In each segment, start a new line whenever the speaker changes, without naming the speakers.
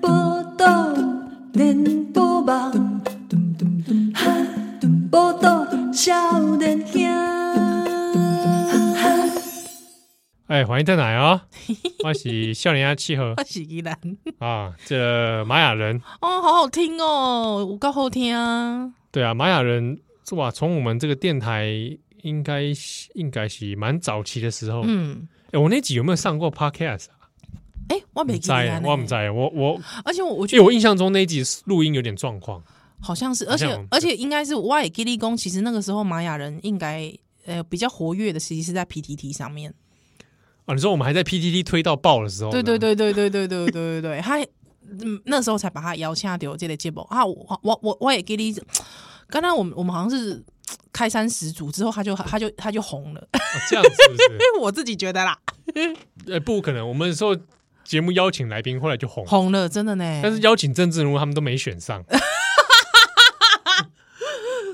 报道连波网，报道少年兄。
哎，欢迎邓奶哦， 我是笑脸鸭七 和
我是依兰。
啊，这个玛雅人，
哦，好好听哦，有够好听啊！
对啊，玛雅人是吧？从我们这个电台应该是应该是蛮早期的时候，哎、
嗯，
我那集有没有上过 podcast 啊？
哎、我没记得
在，
呢
我不，在，我我，
而且我我觉
因为
得
我印象中那一集录音有点状况，
好像是，
好
而
像
且而且应该是我也吉利工，其实那个时候玛雅人应该呃比较活跃的，其实是在 PTT 上面。
啊，你说我们还在 PTT 推到爆的时候，
对对，对对对对对对对对，他嗯那时候才把他邀请到这个节目啊，我我我我也给你，刚刚我们我们好像是开山始祖之后，他就他就他就红了，
啊这样子是不是？
我自己觉得啦，
哎、不可能，我们说节目邀请来宾，后来就 红了，
红了真的呢。
但是邀请政治人物他们都没选 上，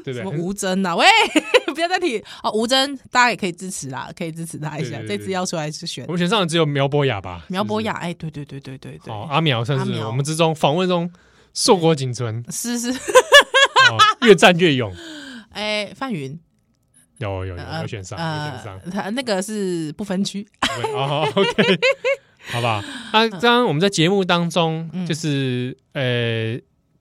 对不
什
对？
么
很
吴尊呐、啊？喂， 不要再提哦，吴尊，大家也可以支持啦，可以支持他一
对
下。
对对
这次要出来是选
我们选上的只有苗博雅吧？
苗博雅，
是
哎，对对对对对
不是，
对，
哦，阿苗算
阿
是
苗
我们之中访问中硕果仅存，
是是，
哦越战越勇。
哎，范云，
有有有，
呃
有选上，有选上
呃，。他那个是不分区，
对哦，OK，好 吧。那刚刚我们在节目当中，
嗯
就是呃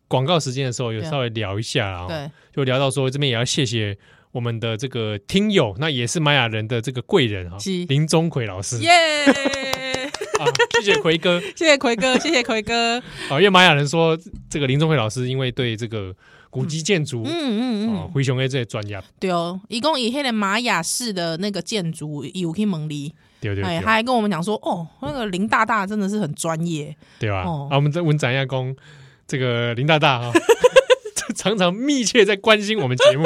广告时间的时候，有
对啊
稍微聊一下啦，哦
对，
就聊到说这边也要谢谢我们的这个听友，那也是玛雅人的这个贵人哈
是，
林钟奎老师
耶，
啊，谢谢奎哥
谢谢奎哥，谢谢奎哥，
啊，因为玛雅人说这个林钟奎老师因为对这个古籍建筑
嗯。嗯
哦，
嗯，
灰熊 A 这些专业，
对哦，一共以黑的玛雅式的那个建筑，有去蒙利，
对对
哎，
对
他，还跟我们讲说，哦，那个林大大真的是很专 业，
对吧？
哦
啊，我们在文展亚公这个林大 大哈，常常密切在关心我们节目，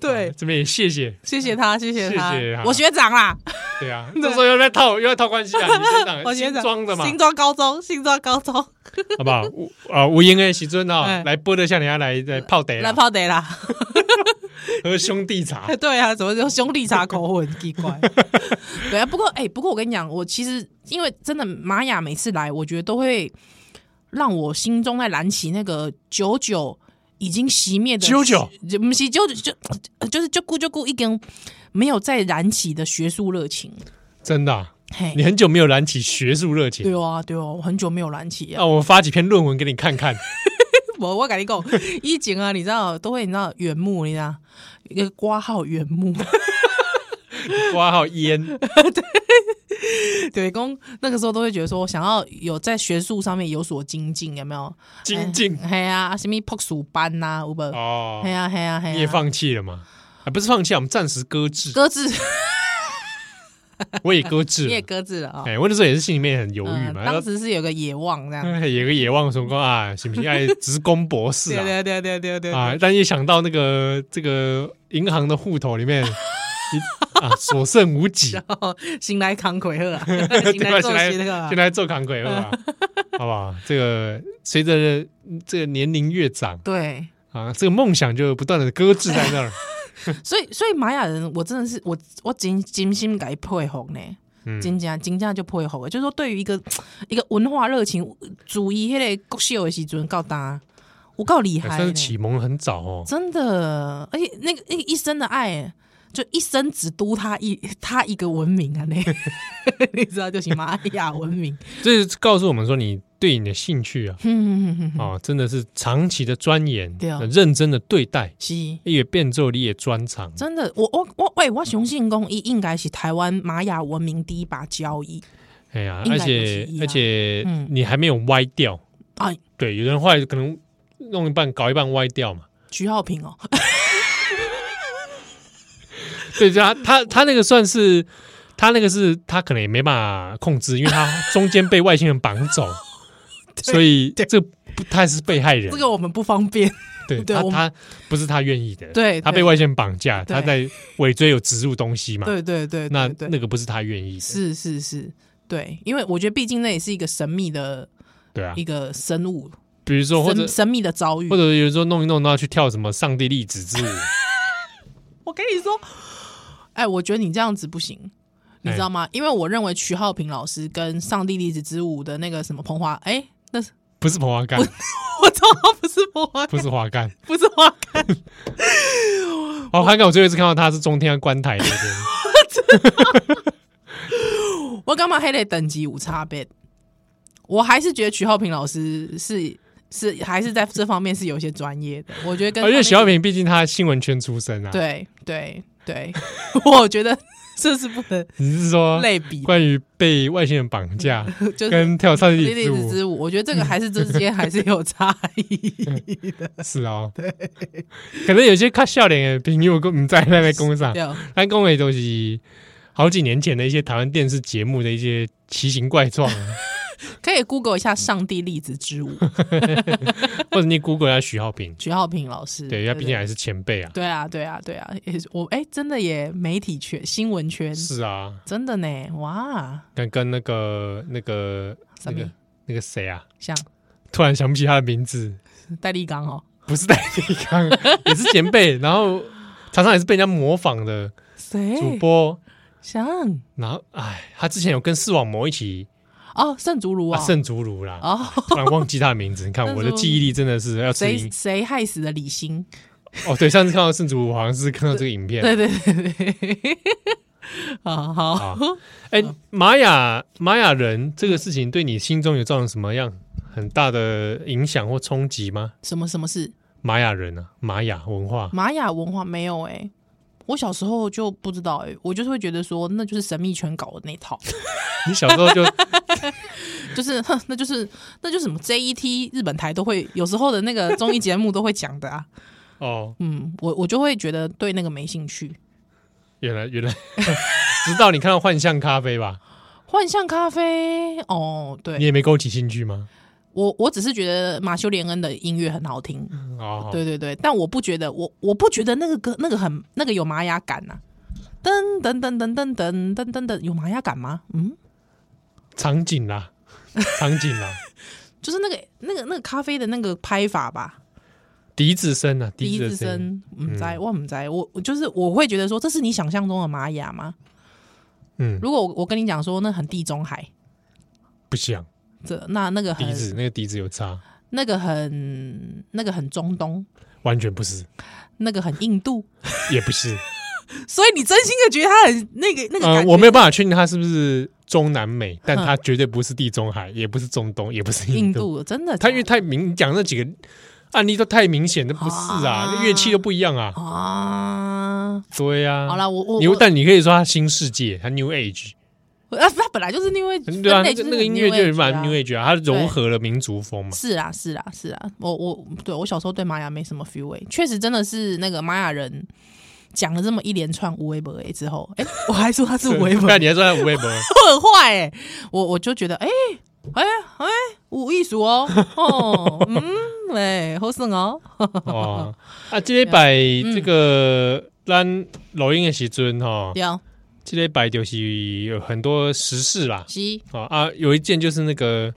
对
啊，这边也谢谢，
谢谢他，谢谢他
谢谢他，
我学长啦，
对 啊，这时候又在套又在套关系啊，你学长
我学
新
长
装的嘛，
新庄高中，新庄高中
好不好？我啊，吴英的喜尊啊
哎，
来播的像你要来来泡茶
来
啦，
泡得啦。
喝兄弟茶
对啊，怎么就兄弟茶口吻奇怪？对啊，不过哎、不过我跟你讲，我其实因为真的玛雅每次来，我觉得都会让我心中在燃起那个久久已经熄灭的
久久，
就不是久久就就是就咕就咕一根没有再燃起的学术热情。
真的啊，
嘿
你，很久没有燃起学术热情
对，哦啊，对哦、我很久没有燃起啊。
那我发几篇论文给你看 看，
我我跟你讲，以前啊，你知道都会你知道原木，你知道一个挂号原木，
挂号烟，
哎对，公那个时候都会觉得说，想要有在学术上面有所精进，有没有？
精进
哎嘿啊，什么破鼠班呐、有无？
哦
嘿，啊嘿啊嘿啊，
你也放弃了嘛？啊，不是放弃啊，我们暂时搁置，
鸽子，
我也搁置
你
了
也。鸽子了啊、
哎，我那时候也是心里面很犹豫
嗯，
嘛，
当时是有个野望这样，
哎有个野望说过啊， 行不行？哎，职工博士
对
啊，
对对对对对
啊，
对，
但一想到那个这个银行的户头里面， 一啊所剩无几，
然后醒来扛鬼鹤啊，
对
醒
吧？现
来做
在
起那个啊
现，在做扛鬼了吧， 好不好？这个随着嗯这个年龄越长
对，
啊，这个梦想就不断的搁置在 那儿。
所以所以玛雅人，我真的是我我真真心给他佩服呢。
嗯，
真正真正就配合的，就是说对于一个一个文化热情，主义迄个国秀的时阵到达，我够厉
哎
害呢、
算是启蒙很早哦。
真的，而且那个那个一生的爱，就一生只读他一他一个 文明啊，那你知道就行玛雅文明，
这是告诉我们说，你对你的兴趣 啊，
嗯，
啊，真的是长期的钻研，
对啊
认真的对待，
是。
也变奏你也专长。
真的，我我我喂，我雄性公益应该是台湾玛雅文明第一把交椅。
哎呀，
应
而
该不
且
是一样
而且
嗯
你还没有歪掉。
哎，
对，有人后来可能弄一半搞一半歪掉嘛。
徐浩平哦，
对， 他他他那个算是他那个是他可能也没办法控制，因为他中间被外星人绑 走，所以这不太是被害人
这。个我们不方便。
对
对
他
我们
他不是他愿意的，
对
他被
对
外星人绑架，
对
他在尾椎有植入东西嘛。
对对对对
那
对
那个不是他愿意的，
是是是，对，因为我觉得毕竟那也是一个神秘的
对啊
一。个生物，
比如说或者
神神秘的遭遇
或。者有时候弄一弄，然后去跳什么上帝粒子之舞，
我跟你说，哎，我觉得你这样子不行，你知道吗？因为我认为徐浩平老师跟《上帝粒子之舞》的那个什么彭华，哎，那是
不是彭华干，
我操，不是彭华，
不是华干，
不是华干，
华华干，我最后一次看到他是中天观台那 边，
我干嘛还得等级有差别？我还是觉得徐浩平老师是是还是在这方面是有一些专业的，我觉得跟
而且徐
小
小平毕竟他新闻圈出身啊，，
对对对， 我觉得这是不能
你是说
类比的，
哦关于被外星人绑架
就是
跟跳 上
莉
帝
莉
之
子
舞
之舞，我觉得这个还是之间还是有差异。
是哦，可能有些看笑脸的朋友跟我们在那边工上
对，啊，
但工的都是好几年前的一些台湾电视节目的一些奇形怪状啊，
可以 Google 一下“上帝粒子之舞
或者你 Google 一下徐浩平”，，
徐浩平老师。
嗯对，他
不
毕竟还是前辈啊，
对啊，对啊，对啊，也是我哎，真的耶，媒体圈、新闻圈，
是啊，
真的呢，哇，
跟跟那个那个那
什么
个那个谁啊，
像
突然想不起他的名字，
戴立刚哦，
不是戴立康， 也是前辈，然后常常也是被人家模仿的主
谁
播。
像
然后，哎，他之前有跟视网膜一起
哦，圣竹如
啊，
啊，
圣竹如啦，
哦，
突然忘记他的名字。你看
圣竹
我
如
的记忆力真的是要吃
谁
一
谁害死的李欣？
哦。对，上次看到圣竹如，好像是看到这个影片。
对对对对， 好好，
啊，哎，玛雅玛雅人这个事情对你心中有造成什么样很大的影响或冲击吗？
什么什么事？
玛雅人啊，玛雅文化，
玛雅文化没有哎、我小时候就不知道哎、我就是会觉得说那就是神秘圈搞的那一套，
你小时候 就
就是哼，那就是那就是什么 JET 日本台都会有时候的那个综艺节目都会讲的啊，
哦，
嗯，我我就会觉得对那个没兴趣。
原来原来， 直到你看到幻象咖啡吧，
幻象咖啡哦，
你
对
也没勾起兴趣吗？
我我只是觉得马修·连恩的音乐很好听，
哦，
对对对，但我不觉得我我不觉得那个歌那个很那个有玛雅感呐、啊噔噔噔噔噔噔噔噔噔，有玛雅感吗？嗯，
场景 啦，场景啦，
就是那个那个那个咖啡的那个拍法吧，
笛子声啊，
第一
笛子
次
的声音，
生，嗯，在我唔在，我我就是我会觉得说，这是你想象中的玛雅吗？
嗯，
如果我我跟你讲说，那很地中海，
不像
这那那个
笛子，
很
那个笛子有差，
那个很那个很中东，
完全不是，
那个很印度，
也不是，
所以你真心的觉得它很那 个那个
呃，
感觉，嗯
我没有办法确定它是不是中南美，但它绝对不是地中海，也不是中东，也不是
印
印度，
度真的
它因为
假
太明，你讲那几个案例都太明显，那不是啊，那乐器都不一样啊
的，啊，
对呀，
好啦，我我
嗯你
我
但你可以说它新世界，它 New Age。
啊，它本来就是因为
对啊，那
分
个
类就是
那个音乐
New
就是
Age
蛮
啊
New Age 啊，它融
对
合了民族风嘛。
是啊，是啊，是啊，我我对我小时候对玛雅没什么 feel 哎、确实真的是那个玛雅人讲了这么一连串无为不为之后，哎、我还说他是无为 不
那
为，
你还说它无微博？
我很坏哎、我我就觉得哎哎哎无艺术哦哦 嗯哎、好胜哦，
哦，啊，这礼拜这个咱录音的时阵哈，
对啊，
这礼拜就是有很多时事啦。
是
哦啊，有一件就是那个，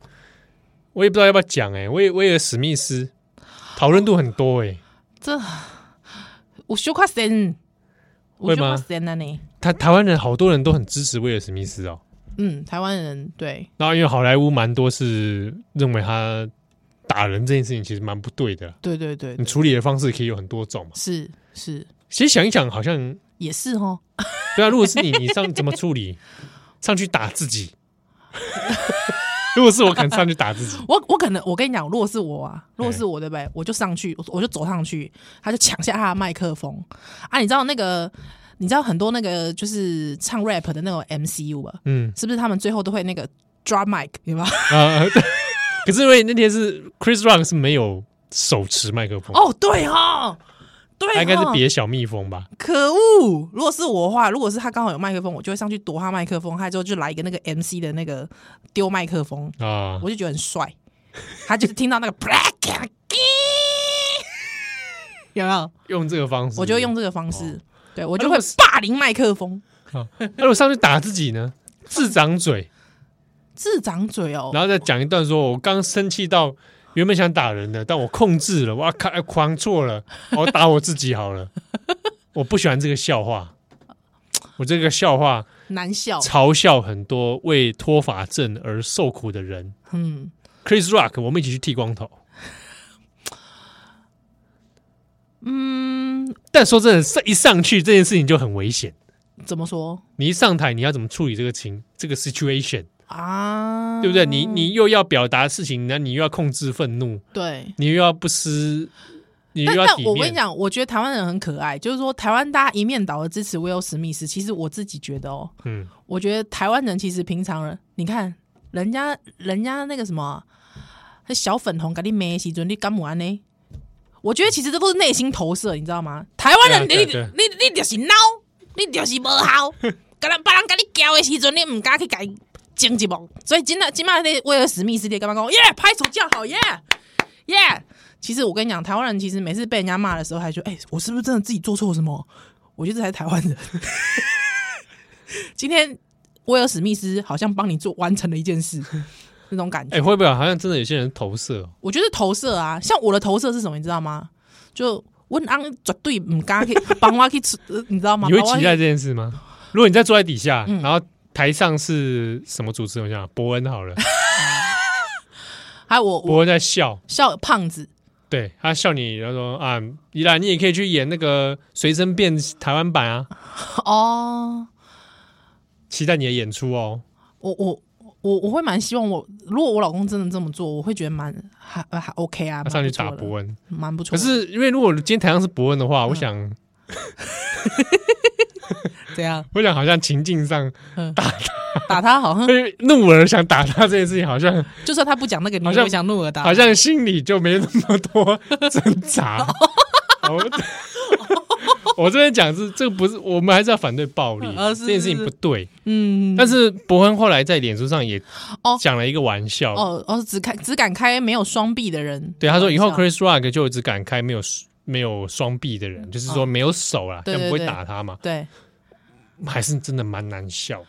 我也不知道要不要讲哎，威威尔史密斯讨论度很多哎，
这我羞夸神，我
会
羞夸
吗
神啊你，
他台湾人好多人都很支持威尔史密斯哦。
嗯，台湾人对
然后因为好莱坞蛮多是认为他打人这件事情其实蛮不对的，
对对对
你
对
处理的方式可以有很多种嘛。
是是
其实想一想，好像
也是哦，
对啊，如果是你，你上怎么处理？ 上去打自己？ 如果是我，可能上去打自己。
我我可能我跟你讲，如果是我啊，如果是我对不
哎
对？我就上去，我我就走上去，他就抢下他的麦克风啊！你知道那个，你知道很多那个就是唱 rap 的那种 MCU 吧？
嗯
啊是不是他们最后都会那个 drop mic 对吧？
啊、 对可是因为那天是 Chris Rock 是没有手持麦克风，
哦，对哦，对
他
哦，
应该是别小蜜蜂吧？
可恶！如果是我的话，如果是他刚好有麦克风，我就会上去夺他麦克风，他之后就来一个那个 MC 的那个呃丢麦克风，
啊、
我就觉得很帅。他就是听到那个 black，有没有？
用这个方式，
我就会用。这个方式，
哦
对我就会霸凌麦克风，
啊那如果上去打自己呢？自长嘴，
自长嘴哦
然。后再讲一段说我刚生气到原 本想打人的，但我控制了，哇靠，哎狂错了，我打我自己好了。我不喜欢这个笑话，我这个笑话
难笑。
嘲笑很多为脱发症而受苦的人。
嗯，
Chris Rock，我们一起去剃光头。嗯，但说真的，上一上去这件事情就很危险。
怎么说
你一上台，你要怎么处理这个情这个 situation，
啊？
对不对？你你又要表达事情，那你又要控制愤怒，
对。
你又要不失， 你又
但
要
但
体
我跟你
面。
讲，我觉得台湾人很可爱，就是说台湾大家一面倒的支持威尔史密斯。其实我自己觉得哦，
嗯，
我觉得台湾人其实平常人，你看人家人家那个什么，啊那小粉红给你梅西准你干母安呢？我觉得其实这都是内心投射，你知道吗？台湾人，你
对
你
啊对啊
你你就是孬，你就是无 效，跟人别人跟你交的时阵，你唔敢去改争一目。所以今仔今麦那威尔史密斯你干嘛讲耶？拍手叫好耶耶！其实我跟你讲，台湾人其实每次被人家骂的时候，还觉得哎、我是不是真的自己做错什么？我觉得这才是台湾人。 今天威尔史密斯好像帮你做完成了一件事，那种感觉。
哎、会不会好像真的有些人投射哦？
我觉得投射啊，像我的投射是什么，你知道吗？就温安绝对唔敢去 帮我去出，呃你知道吗？
你会
帮我嗯
期
去
待这件事吗？如果你在坐在底下，然后台上是什么主持人？我想伯恩好了，
还有我
伯
我
恩在笑，
笑胖子，
对他笑你，然后说啊，依兰，你也可以去演那个随身变台湾版啊，
哦，
期待你的演出哦。
我我。我我会蛮希望我，如果我老公真的这么做，我会觉得蛮还还 OK 啊，
他
蛮
上去
不错
打
的
伯恩，
蛮不错嗯
可
的。
是因为如果今天台上是伯恩的话，我想，
怎样
我想好像情境上
打他好像
会怒而想打他这件事情，好像
就算他不讲那个，你
好
也
像
会想怒而打。
好像心里就没那么多挣 扎。我 我这边讲是这个不是，我们还是要反对暴力，
呃是
这件事情不对。
嗯，
但是伯恩后来在脸书上也
哦
讲了一个玩笑，
哦哦，只开只敢开没有双臂的人。
对他说以后
玩笑
Chris Rock 就只敢开没有没有双臂的人，就是说没有手啦，
嗯对
但
对
不会
对
打他嘛，
对
还是真的蛮难笑。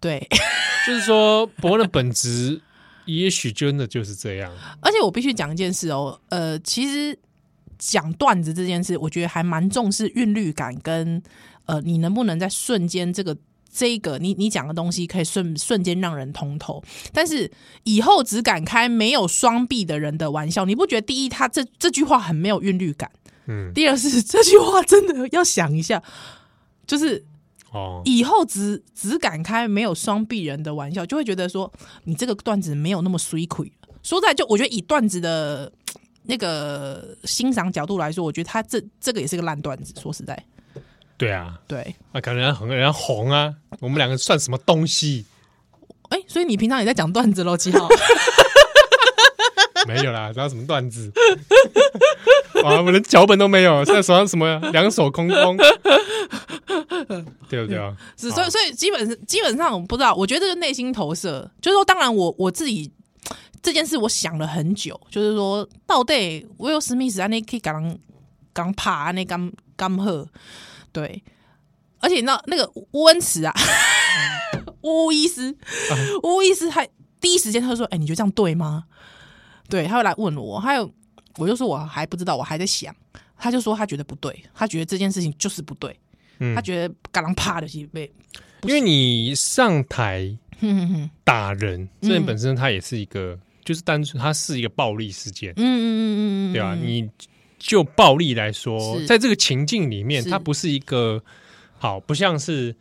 对，
就是说伯恩的本质，也许真的就是这样。
而且我必须讲一件事哦，呃，其实讲段子这件事，我觉得还蛮重视韵律感跟呃，你能不能在瞬间这个。这个你你讲的东西可以瞬瞬间让人通透，但是以后只敢开没有双臂的人的玩笑，你不觉得第一他这这句话很没有韵律感，
嗯，
第二是 这句话真的要想一下，就是
哦，
以后只只敢开没有双臂人的玩笑，就会觉得说你这个段子没有那么水亏。说在就我觉得以段子的嘖那个欣赏角度来说，我觉得他这这个也是个烂段子。说实在，
对啊，
对，
啊，可能人家红，人家红啊，我们两个算什么东西？
哎、所以你平常也在讲段子喽，七号
没有啦，然后什么段子？ 啊，我连脚本都没有，现在手上什么两手空 空，对不对啊？
是，所以所以基本是基本上我不知道，我觉得这是内心投射，就是说，当然我我自己。嘖这件事我想了很久，就是说，到底威尔史密斯安内可以刚刚爬安内刚刚喝，对，而且那那个乌恩慈啊， 乌医师，乌医师还第一时间他就说：“哎、你觉得这样对吗？”对，他会来问我，还有我就说我还不知道，我还在想。他就说他觉得不对，他觉得这件事情就是不对，
嗯
他觉得嘎啷啪的是被，
因为你上台
哼哼嗯哼
打人，这人本身他也是一个，就是单纯它是一个暴力事件，
嗯嗯嗯嗯嗯，
对吧、啊你就暴力来说，
是
在这个情境里面，
是
它不是一个好，不像是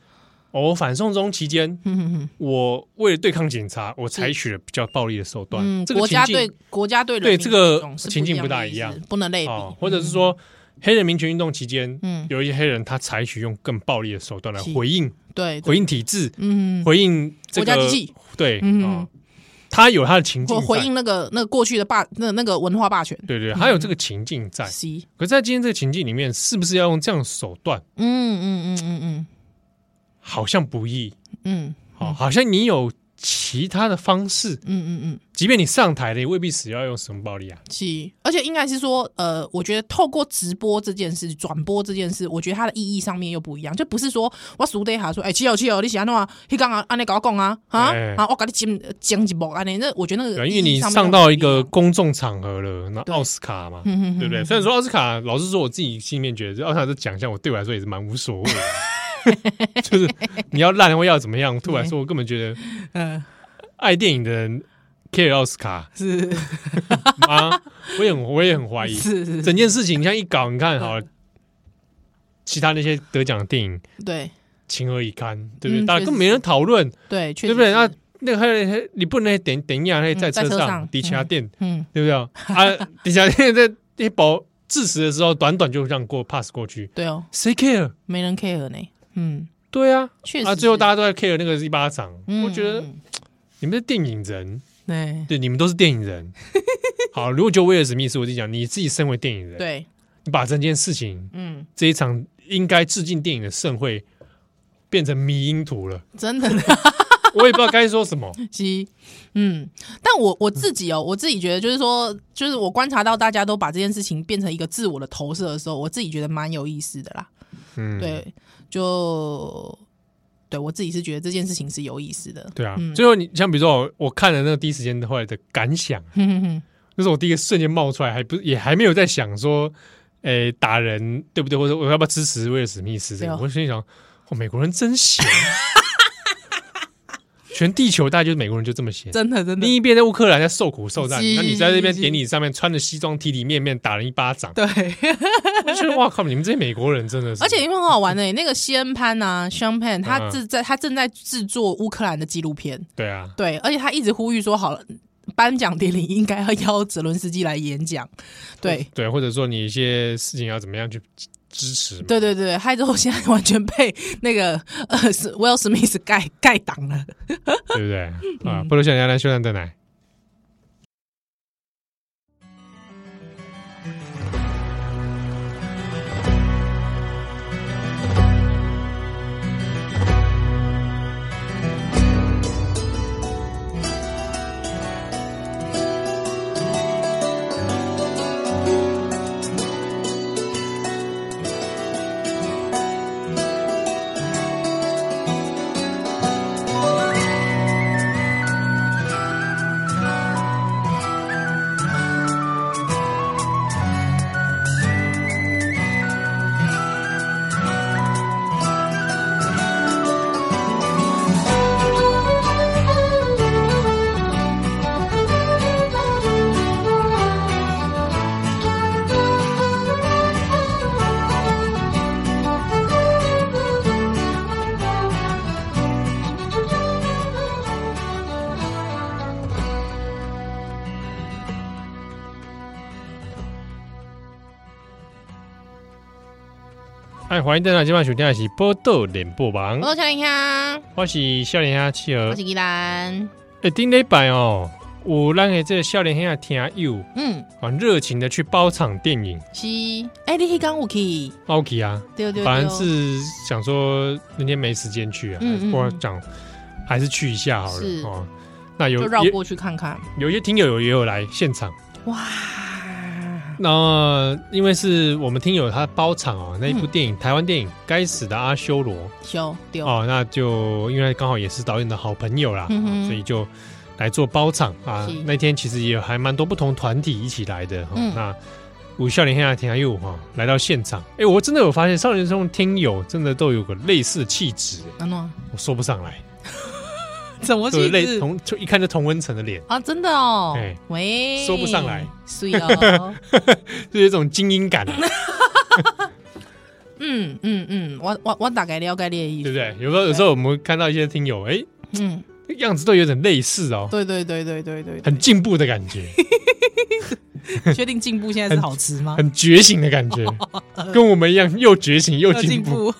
哦，反送中期间，
嗯哼哼
我为了对抗警察，我采取了比较暴力的手段，
嗯，
这个
国家
情境
对国家对人
对
民
这个
那种是
情境不
不
大
一
一样
的意思，不能类比，
哦，或者是说黑人民权运动期间，
嗯
有一些黑人他采取用更暴力的手段来
是
回应
对，对
回应体制，
嗯，
回应这
国家
个
机器
对
嗯
啊，他有他的情境
或
在
回应那个那个过去的霸那那个文化霸权
对对，还有这个情境在。
，C，
可是在今天这个情境里面，是不是要用这样的手段？
嗯嗯嗯嗯嗯
好像不易，哦
嗯，
好，好像你有其他的方式，
嗯嗯嗯，
即便你上台了，也未必死要用使用暴力啊。
是，而且应该是说，呃，我觉得透过直播这件事、转播这件事，我觉得它的意义上面又不一样，就不是说我输对哈说，哎、欸，七友七友，你喜欢弄啊？你刚刚安尼搞讲啊，啊
哎
啊，我给你剪剪一幕安尼，那我觉得那
对
个
啊，
意
因为你
义
上
面
到
又
一个
不
公众场合了，那奥斯卡嘛，
啊嗯哼
对不对？虽然说奥斯卡，老实说，我自己心里面觉得这奥斯卡这奖项，我对我来说也是蛮无所谓的。 就是你要烂或要怎么样，对我来说，我根本觉得
一样， 嗯、
爱电影的人 care 奥斯卡
是
吗？我也很我也很怀疑。
是是，
整件事情像一搞，你看好了，其他那些得奖的电影
对
情何以堪，对不对？
嗯
大家
确实
根本没人讨论，
对，确
对
实
不对？
是嗯
那那个还有那你不能点点一样，那在
在
车
车
上
上
抵其他店，
嗯
对不对？啊， 底下现在一保致死的时候，短短就这样过 pass 过去，
对哦，
谁 care？
没人 care 呢，嗯，
对啊，
确实
啊，最后
是
大家都在 care 那个一巴掌。
嗯
我觉得
嗯
你们是电影人，
嗯
对，你们都是电影 人。好，如果就威尔史密斯，我就讲你自己身为电影
对
人，
对，
你把整件事情
嗯，
这一场应该致敬电影的盛会变成迷因图 了，
真的。
我也不知道该说什么。
机，嗯，但我我自己哦，我自己觉得就是说，就是我观察到大家都把这件事情变成一个自我的投射的时候，我自己觉得蛮有意思的啦。
嗯，
对，就对我自己是觉得这件事情是有意思的。
对啊，
嗯
最后你像比如说我我看了那个第一时间的后来的感想，啊
哼哼哼，
就是我第一个瞬间冒出来，还不也还没有在想说，诶、打人对不对，或者我要不要支持威尔史密斯这个？
对哦
我心里想，哦，美国人真 闲，全地球大概就是美国人就这么闲。
真的真的
另，一边在乌克兰在受苦受难，
是
那你在那边典礼上面穿着西装体体面面打人一巴掌，
对，
我觉得哇靠，你们这些美国人真的是，
而且因为很好玩呢、那个西恩潘啊，香
嗯
潘，他正在他正在制作乌克兰的纪录片，
对啊，
对，而且他一直呼吁说，好了，颁奖典礼应该要邀泽伦斯基来演讲，对。
对，啊或者说你一些事情要怎么样去支支持 嘛，
对对对，害得我现在完全被那个呃 是 Will Smith 盖盖挡了。
对不对？啊，不如想要来修炼的奶。哎，欢迎登来今晚收听的是《波豆脸播榜》
我，是夏林香，
我是笑脸虾企鹅
我。是依兰，
哎，顶礼拜哦，有咱的这个笑脸虾听友
嗯，
啊，热情的去包场电影。
是哎，你去刚有去，
OK 啊，
对哦对对，
反正是想说那天没时间去啊，
嗯嗯嗯
或者讲还是去一下好了
是
哦。那有
就绕
也
过去看看。
有一些听友也有来现场，
哇，
那因为是我们听友他包场哦，那一部
嗯
电影、台湾电影《该死的阿修罗》，
修丢，
哦，那就因为刚好也是导演的好朋友啦，
嗯哼
哦所以就来做包场啊
是。
那天其实也有还蛮多不同团体一起来的哈、哦
嗯
那五笑脸黑亚天佑哈来到现场，哎、我真的有发现少年中听友真的都有个类似的气质，
安诺
我说不上来，
怎么
就是
去
类同就一看就同温层的脸，
啊？真的哦
哎，
喂，
说不上 来，
所以哦，
就有一种精英 感、啊，
嗯嗯嗯，我我我大概了解你的意
对不
思，
对？有时候有时候我们看到一些听友，哎、
嗯，
样子都有点类似哦，
对对对对对对，
很进步的感觉。
对确定进步现在是好吃吗？
很觉醒的感觉，跟我们一样又觉醒又
要
进步。。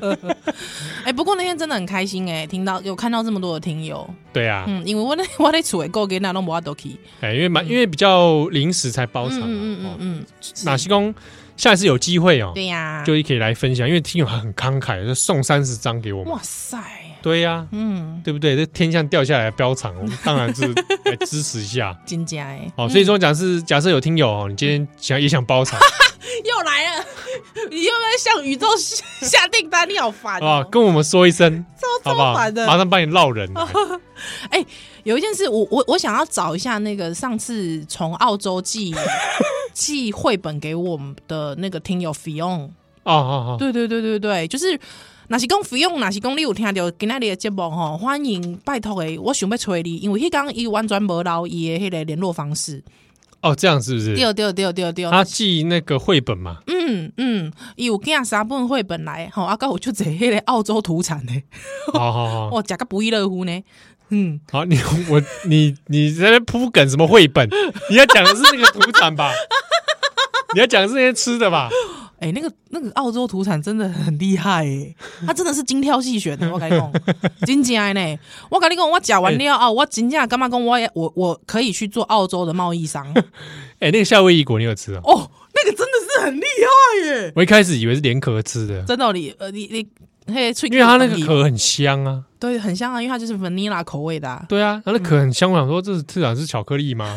哎、不过那天真的很开心哎、听到有看到这么多的听友，
对啊，
嗯，因为我那 我在厝诶，够给那弄不阿多去，
哎，因为蛮因为比较临时才包
嗯
场啊。
嗯嗯
哦
嗯嗯，
哪些公下一次有机会哦，
对呀、
就可以来分享，因为听友很慷慨，就送三十张给我们
哇。塞，
对呀、
嗯，
对不对？这天上掉下来的标场，我们当 然是来支持一下。
金家哎，
哦，所以说，假是假设有听友哦，你今天想也想包 场
又来了， 你又在向宇宙下订单，你好烦
啊，
哦！
跟我们说一声，
超
好不好
超？烦的
马。上帮你落 人哦来。
有一件事，我我我想要找一下那个上次从澳洲寄寄绘本给我们的那个听友 Fion，
哦哦哦，
对对对对对，就是。若是讲不用，若是讲你有听到今仔日的节目吼，欢迎拜托诶，我想要找你，因为迄工伊完全无留伊的迄个联络方式。
哦，这样是不是？
对对对对对，
他寄那个绘本嘛，
嗯嗯，伊有囝三本绘本来，吼，啊，到有就坐迄个澳洲土产的，
好好好，
哦，食个不亦乐乎呢。嗯，
好，你 我你你在那铺梗什么绘本？你要讲的是那个土产吧？你要讲的是那些吃的吧？
哎、那个那个澳洲土产真的很厉害诶，他真的是精挑细选的，我跟你讲，真正的呢。我跟你讲，我讲完了啊，我真正干嘛讲我也我我可以去做澳洲的贸易商
哎，那个夏威夷果你有吃哦？
哦，那个真的是很厉害耶，
我一开始以为是连壳吃的，
真的、你呃你你嘿，脆
因为它那个壳很香啊。
对很香啊，因为它就是 vanilla 口味的、啊，
对啊，然后那壳很香，我想说这是至少是巧克力吗？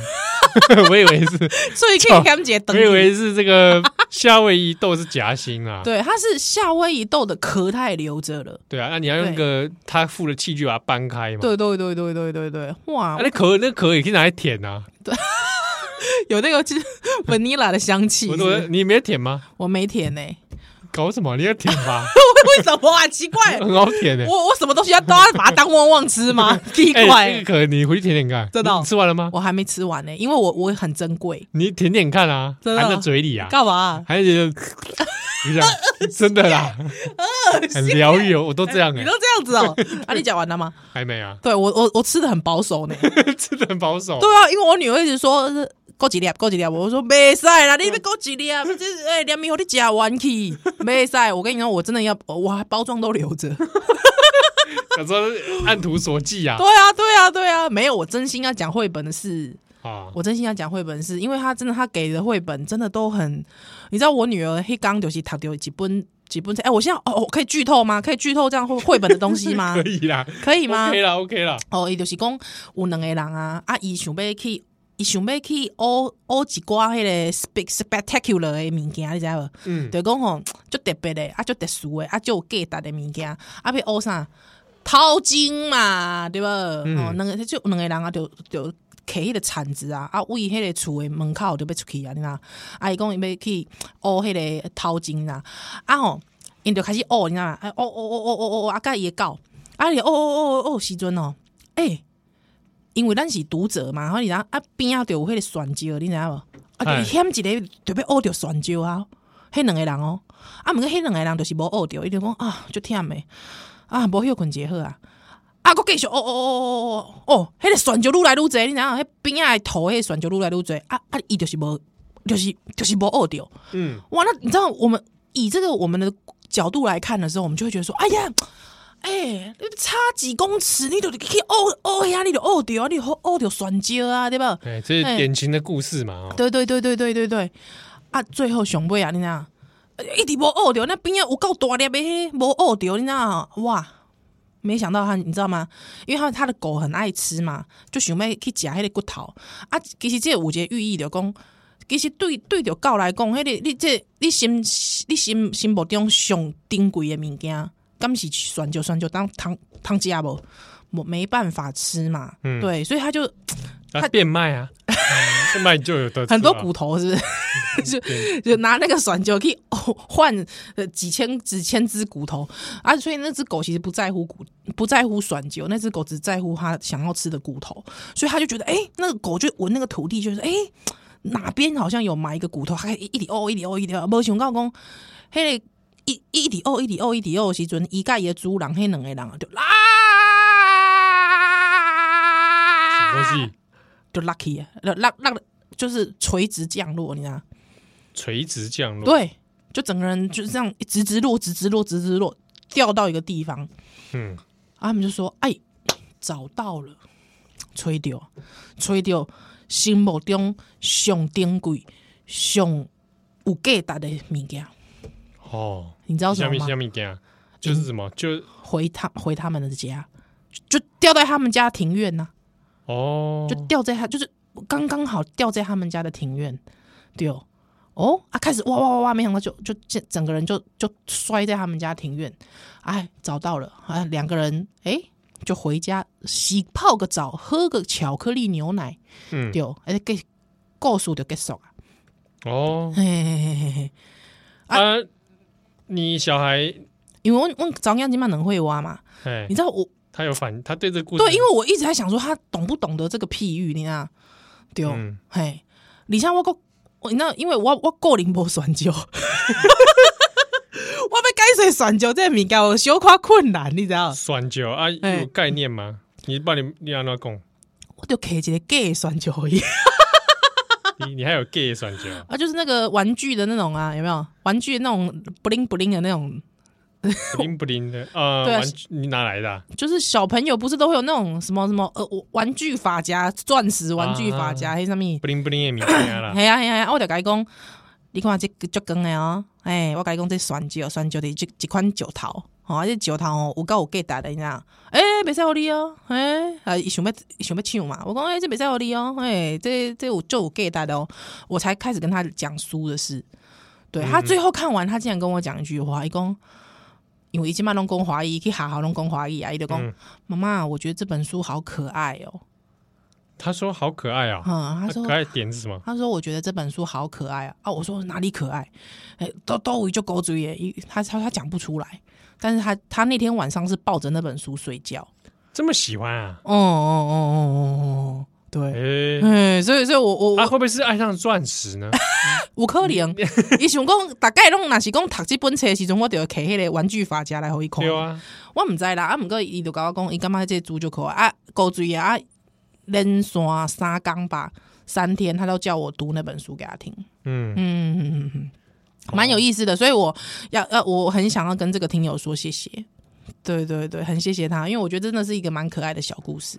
我以为是，
所以可以感觉
我
等
以为是这个夏威夷豆是夹心啊。
对，它是夏威夷豆的壳，它也留着了。
对啊，那你要用一个他附的器具把它搬开嘛。
对对对对对对对，哇，
啊，那壳那壳也可以拿来舔啊。
有那个就是 vanilla 的香气
我
是不
我
是。
你没舔吗？
我没舔呢、
搞什么？你要舔 吧，
为什么啊？奇怪，
很好舔欸的。
我我什么东西要都要把它当旺旺吃吗？ 奇
哎，
怪、
那个壳你回去舔舔看，
真的哦
你吃完了吗？
我还没吃完呢、因为我我很珍贵。
你舔舔看啊，
真的哦
含在嘴里啊，
干嘛？
还有就 你想真的 啦，很疗愈哦，我都这样
你
哎
都，这样子 哦、啊，你讲完了吗？
还没 啊，
对我我我吃的很保 守呢、
吃的很保守。
对啊，因为我女儿一直说呃够几粒，啊够几粒，我说没晒
嗯
啦，你别够几粒， 这哎两米我的假完 去，没晒。我跟你讲，我真的要，我还包装都留着。
想说按图索骥啊
对，啊，对啊，对啊，没有，我真心要讲绘本的事，
啊，
我真心要讲绘本的事，因为他真的他给的绘本真的都很，你知道我女儿黑刚就是读丢几本几本册，哎，我现在哦，我可以剧透吗？可以剧透这样绘绘本的东西 吗
可？以啦，
啊可以吗
OK 啦，OK 啦，
哦，伊就是讲有两个人啊，啊，伊想要去，伊想要去学学一寡迄个 spec- spectacular 的物件，你知无？
嗯，
就讲吼，就特别的，啊，就特殊的，啊，就有价值的物件，啊，要学啥？淘金嘛，对无？哦，两个就两个人啊，就就摕迄个铲子啊，啊，为迄个厝的门口就要出去啊，你呐，啊，伊讲伊要去学迄个淘金啦，啊吼，因就开始学，你呐，啊，学学学学学学，啊，甲伊的狗，啊，伊学学学学学时阵哦，诶。因为咱是读者嘛，然后你知道啊边啊就有迄个选椒，你知影无？啊，
哎
就险一个就要学着选椒啊，迄两个人哦，啊，毋过迄两个人就是无学着，伊就讲啊，就忝诶，啊，无休困一下好啊，啊，佫继续哦哦哦哦哦哦，迄、个选椒愈来愈侪，你知影？迄边仔的土迄个选椒愈来愈侪，啊啊，伊就是无，就是就是无学着，
嗯，
哇，那你知道我们以这个我们的角度来看的时候，我们就会觉得说，哎呀。哎、你差几公尺，你就去哦哦呀，你就哦掉，你就哦掉酸椒啊，对吧？
哎，这是典型的故事嘛，哦
对对对对对对对，啊，最后上尾啊，你知影一直无学着，那边仔有够大粒的那个，无学着，你知影哇，没想到他，你知道吗？因为他他的狗很爱吃嘛，就想要去食迄个骨头啊。其实这有一个寓意着讲，其实对对着狗来讲，迄、个你这你心你心心目中上珍贵的物件，敢是选就选就当汤汤食无，无没办法吃嘛。
嗯
对，所以他就
啊
他
变卖 啊，嗯变卖就有的吃啊嗯
很多骨头，是不是？
对
就拿那个爽酒去哦换呃几千几千只骨头啊，所以那只狗其实不在乎骨，不在乎爽酒，那只狗只在乎它想要吃的骨头，所以它就觉得哎、诶那个狗就闻那个土地，就是哎、诶哪边好像有埋一个骨头，它一直哦一直哦一直哦，无想到讲迄个一一直哦一直哦一直哦的时阵，伊甲伊的主人迄两个人就啊啦。
什么
啊
东西
就 lucky，落落落就是垂直降落，你知道吗？
垂直降落，
对，就整个人就是这样直直落，直直落，直直落，掉到一个地方，
嗯，
啊，他们就说：“哎，找到了，吹掉，吹掉，心目中上珍贵、上有有 gay 打的物件，
哦，
你知道什
下
么
面
吗
下？面给啊，就是什么就
回他回他们的家，就就掉在他们家庭院呐、
哦，
就掉在他就是刚刚好掉在他们家的庭院，对哦，哦啊，开始哇哇哇哇，没想到就就整整个人就就摔在他们家庭院，哎，找到了，哎，两个人哎就回家洗泡个澡，喝个巧克力牛奶，
嗯
对哦，哎给告诉就结束啊，
哦
嘿嘿嘿嘿嘿，
啊，你小孩
因为我我早样今晚能会挖嘛，
哎
你，知道我
他有反，他对这故事
对，因为我一直在想说他懂不懂得这个譬喻，你知道对哦。
嗯
嘿，而且我个我那因为我我个人无选 酒，我要解释选酒这个物件有小可困难，你知道？
酸酒啊
哎
有概念吗？你把你你安怎讲？
我就摕一个假的选酒而已
你你还有 gay 的酸酒？
啊，就是那个玩具的那种啊，有没有？玩具的那种不灵不灵的那种，
不灵不灵的啊，
对啊
玩具你哪来的啊？
就是小朋友不是都会有那种什么什么呃玩具发夹、钻石玩具发夹，
啊
还有什么？
不灵不灵的物件啦，
系啊系啊，啊我就甲伊讲，你看这足光的哦，哎，我甲伊讲这酸椒，酸椒的这一款石头，吼、哦，这石头吼有够有价值的，你知道？哎、袂使互你哦，哎、啊，伊想要伊想要抢嘛，我讲哎、这袂使互你哦，哎、这这有就有价值的哦，我才开始跟他讲书的事。对他最后看完，他竟然跟我讲一句话，伊讲。因为伊即摆拢讲华语，去学校拢讲华语啊，伊就讲
嗯
妈妈，我觉得这本书好可爱哦、
他说好可爱啊，
嗯，他说
可爱的点是什么？
他说：“我觉得这本书好可爱啊！”啊，我说哪里可爱？哎、都都就狗嘴耶！一他他他讲不出来，但是他他那天晚上是抱着那本书睡觉。
这么喜欢啊？
哦哦哦哦哦哦，对，
哎，
哎、所以所以我我
啊，
我
会不会是爱上钻石呢？
有可能，伊想讲大概拢若是讲读这本册的时阵，我就要摕迄个玩具法家来互伊看。
对啊，
我毋知啦，啊，毋过伊就甲我讲，伊感觉这猪就可爱啊，狗嘴啊，啊连续三工吧，三天他都叫我读那本书给他听。
嗯，
嗯嗯嗯嗯嗯，蛮有意思的，所以我要呃，我很想要跟这个听友说谢谢。对对对，很谢谢他，因为我觉得真的是一个蛮可爱的小故事。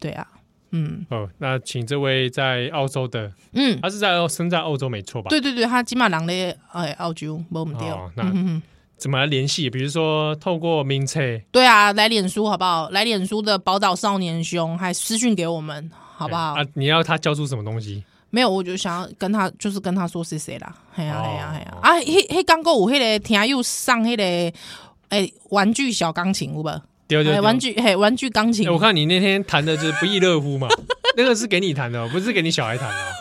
对啊，嗯
哦，那请这位在澳洲的，
嗯，
他是在澳生在澳洲没错吧？
对对对，他金马郎的哎澳洲，没我们掉
哦，那
嗯嗯嗯
怎么来联系？比如说透过名册，
对啊，来脸书好不好？来脸书的宝岛少年兄还私讯给我们好
好
不好？
啊，你要他交出什么东西？
没有，我就想要跟他，就是跟他说谢谢啦。嘿呀
哦
嘿呀嘿呀！啊，迄迄刚过有迄个听友上迄个诶玩具小钢琴有无？
丢丢
哎，
丢
玩具，嘿，玩具钢琴
哎，我看你那天弹的就是不亦乐乎嘛，那个是给你弹的哦，不是给你小孩弹的哦。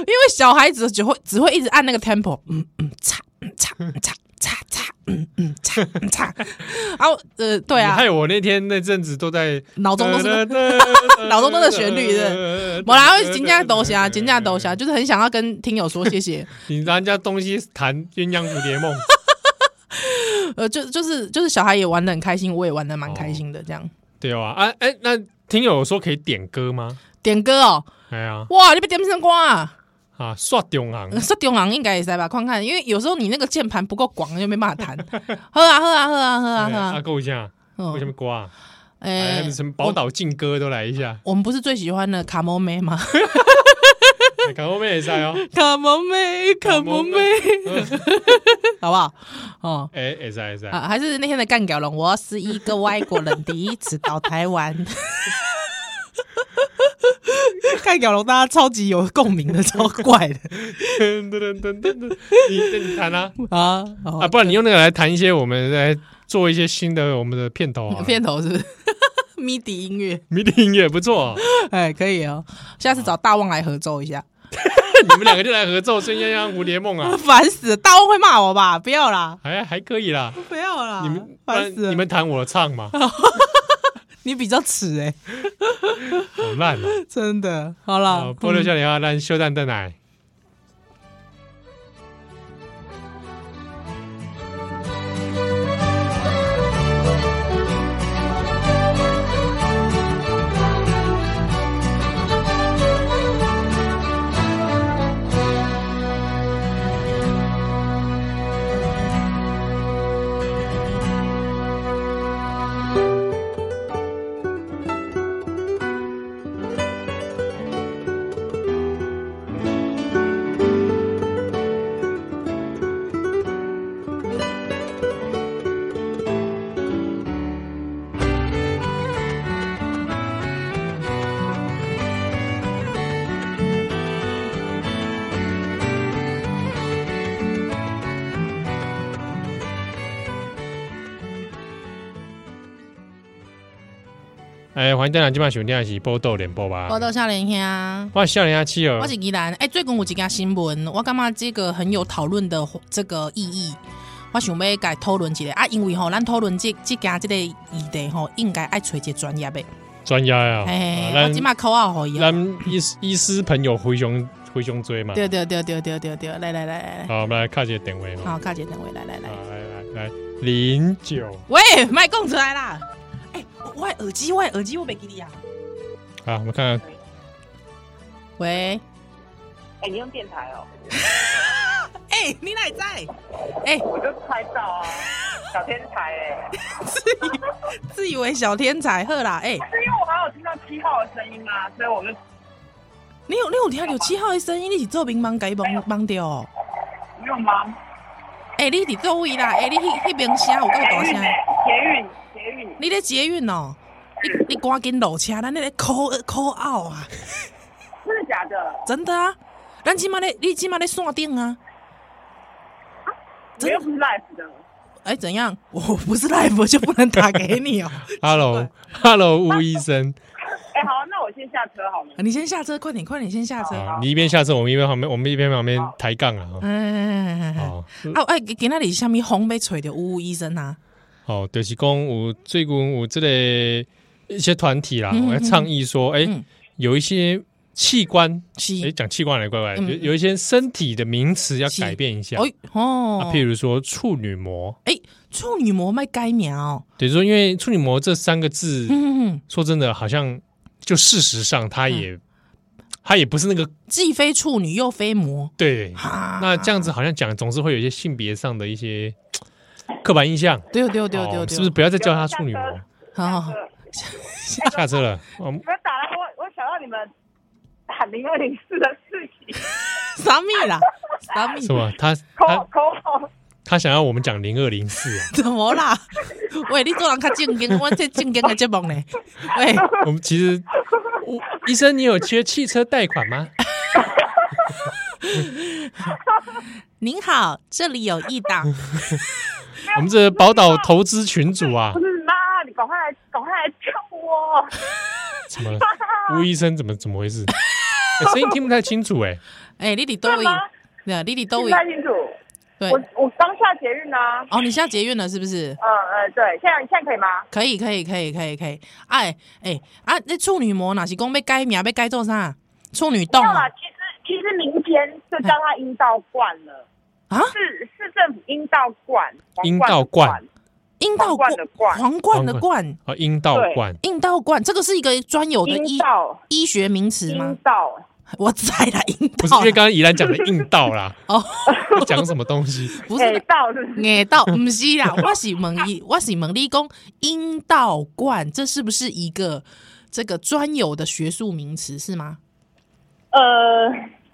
因为小孩子只会只会一直按那个 tempo，嗯嗯，嚓嗯嚓嗯嚓嚓嚓，嗯嗯嚓嗯嚓，然后呃，对 啊，
害我那天那阵子都在
脑中都是脑中都是旋律
的
我然后金价抖霞，金价抖霞，就是很想要跟听友说谢谢，
你拿人家东西弹《鸳鸯蝴蝶梦》
呃，就就是就是小孩也玩的很开心，我也玩的蛮开心
哦
的，这样
对吧？啊，哎、那听友说可以点歌吗？
点歌哦，
哎呀，
哇，你被点什么歌啊？
啊，刷中行
呃，说中行应该也塞吧，看看，因为有时候你那个键盘不够广，就没办法弹。 喝啊喝啊喝啊喝啊喝
啊，
啊！
够一下，为什么瓜啊？哎，
哎，
什么宝岛劲歌都来一下，
我们不是最喜欢的卡莫 梅吗？
赶后面也塞哦。
卡莫妹， 卡莫妹，
嗯
好不好？哦。
哎，也塞也塞，
啊，还是那天的干掉龙，我是一个外国人，第一次到台湾。 干掉龙，大家超级有共鸣的，超怪的
噔噔噔噔噔，你你弹 啊
啊！好
啊，不然你用那个来弹一些，我们来做一些新的我们的片头啊，
片头是不是 MIDI 音乐？
迷笛音乐不错哦，
哎，可以哦，下次找大旺来合奏一下，
你们两个就来合奏《孙鸳鸯蝴蝶梦》啊，
烦死了！大旺会骂我吧？不要啦，
还还可以啦。
不要啦，
你们不
啊烦
然
死了！
你们弹我唱 嘛，
你比较迟哎，
好烂啊！
真的。好
好
啦，嗯
波多笑脸啊，咱休蛋蛋奶。哎，欢迎大家今晚收听的是《波豆联播》吧
报，道下连兄。
哇，笑脸阿七哦儿
我，是宜兰，哎、最近有一件新闻，我感觉这个很有讨论的这个意义。我想要改讨论一下啊，因为吼，咱讨论这这件这个议题吼，应该爱找一个专业的。
专家呀，
哎、
啊
我今
咱
嘛口号好伊。
咱医师医师朋友回熊回熊追嘛，
对对对对对对对，来来来来来，
好，我们来看这个点位哈，
好，卡姐等位，来来来
好，来来啊来零九
喂，麦讲出来啦！哎、我我的耳机，我的耳机，我没给你啊。
好，我们看看
喂，
哎、你用电台哦、
哎、你哪在？
我就拍照啊，小天才哎、
自以为小天才，呵啦，哎、
是因为我还有听到七号的声音嘛，所以我就
你有你有听到七号的声音，你是做乒乓改帮帮掉哦。
不用吗？
哎、你伫做位啦？哎、你迄迄边声有够大
捷运
声，
哎、捷运捷运，
你咧捷运哦、你你赶紧落车，咱咧咧 call call out 啊！
真的假的？
真的啊，咱即码咧，你即码咧线顶啊！
我
真的
又不是 live 的，
哎、怎样？我不是 live 我就不能打给你哦、
，Hello Hello 吴医生
哎、好、你那我先下车好了。
你先下车，快点，快点，先下车。
啊，你一边下车，我们一边旁边，我们一边旁边抬杠啊，哈
哎，
哦
啊，哎，今仔日是啥物风被吹着呜呜医生啊？
哦，就是讲有最近有这个一些团体啦，哦
嗯
我在倡议说，哎、
嗯
有一些器官，
是，
哎、讲器官来怪怪，
嗯
有有一些身体的名词要
是
改变一下，
哎
啊，
哦，
譬如说处女膜，
哎，处女膜卖改名哦，
等于说因为处女膜这三个字，
嗯，嗯嗯
说真的，好像就事实上它也、它也不是那个
既非处女又非啊魔，
对，
哈，
那这样子好像讲总是会有一些性别上的一些嘖刻板印象，
对对对
哦
对对，
是不是？不要再叫它处女膜？
好好好，
下车了，哦我们
不要打了，我我想到你们喊零二零四的事情，
啥米啦？啥米
是？吧？他
口
他
口红，
他想要我们讲零二零四，啊
怎么啦？喂，你做人较正经，我这正经的节目呢？喂，
我们其实，我医生，你有缺汽车贷款吗？
您好，这里有一 档，
我们这宝岛投资群主啊
不，是妈，你赶快来，赶快来救我！
怎么了？吴医生怎么怎么回事？哎声音听不太清楚哎，
哎，你伫多位
干嘛？
对，你伫多
不
位？
太清楚，
对，
我我刚下捷运啊，
哦，你现在捷运了是不是？
嗯呃，对，现在现在可以吗？
可以，可以，可以，可以，可以。哎哎啊，那处女膜哪是讲要改名，要改做啥？处女洞
没有
啊
啦，其实其实民间就叫它阴道冠了，
啊
市市政府阴道冠，皇冠的
阴道冠
阴道
皇冠的冠
皇冠的
皇
冠，
啊，阴道冠，
阴道冠，这个是一个专有的
阴
医
道
医学名词
阴
吗？
道，
我在啦，阴
不是
道
因为刚刚怡兰讲的硬道啦，
哦，
讲什么东西？
不
哎
是
道是不是？
眼道，不是啦，我是问伊，我是问你讲阴道冠，这是不是一个这个专有的学术名词是吗？
呃，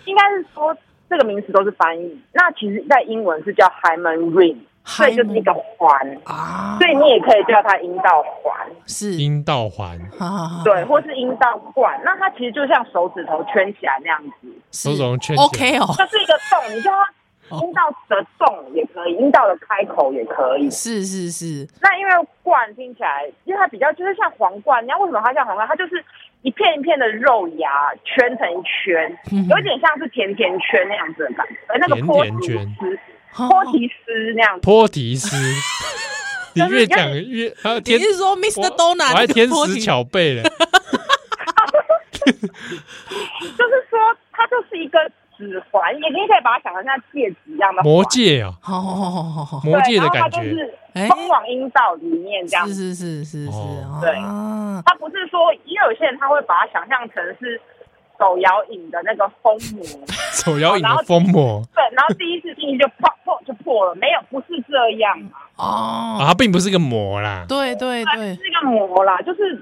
应该是说这个名词都是翻译。那其实，在英文是叫 hymen ring，所以就是一个环，
啊，
所以你也可以叫它阴道环，
是，
阴道环，
好好好，
对，或是阴道冠。那它其实就像手指头圈起来那样子，
是
手肘圈起来
OK 哦，
这是一个洞，你叫它阴道的洞也可以，阴道的开口也可以。
是是是，
那因为冠听起来，因为它比较就是像皇冠，你知道为什么它像皇冠？它就是一片一片的肉芽圈成一圈，
嗯
有点像是甜甜圈那样子的感觉，那个
甜
波
甜
提
圈哦
斯，
好
波提斯那样子。
波提斯，你越讲越还有
你
天，
是说 Mr.
我
Donut
我还
那个
天
波提
使巧贝了，
就是说它就是一个指环，也你可以把它想成像戒指一样的
魔
环，
戒 啊，
好好好好好，
魔戒
对，
的
然后它
感
就
觉，
是
哎
通往阴道里面这样
是
子。
是是是是
哦
对
啊，
它不是说，也有些人他会把它想象成是手摇饮的那个封膜。
手摇饮
然
的
后
疯魔
对，然后第一次进去就破破就破了，没有，不是这样嘛，
哦，
啊，它并不是个魔啦，
对对对，
是个魔啦，就是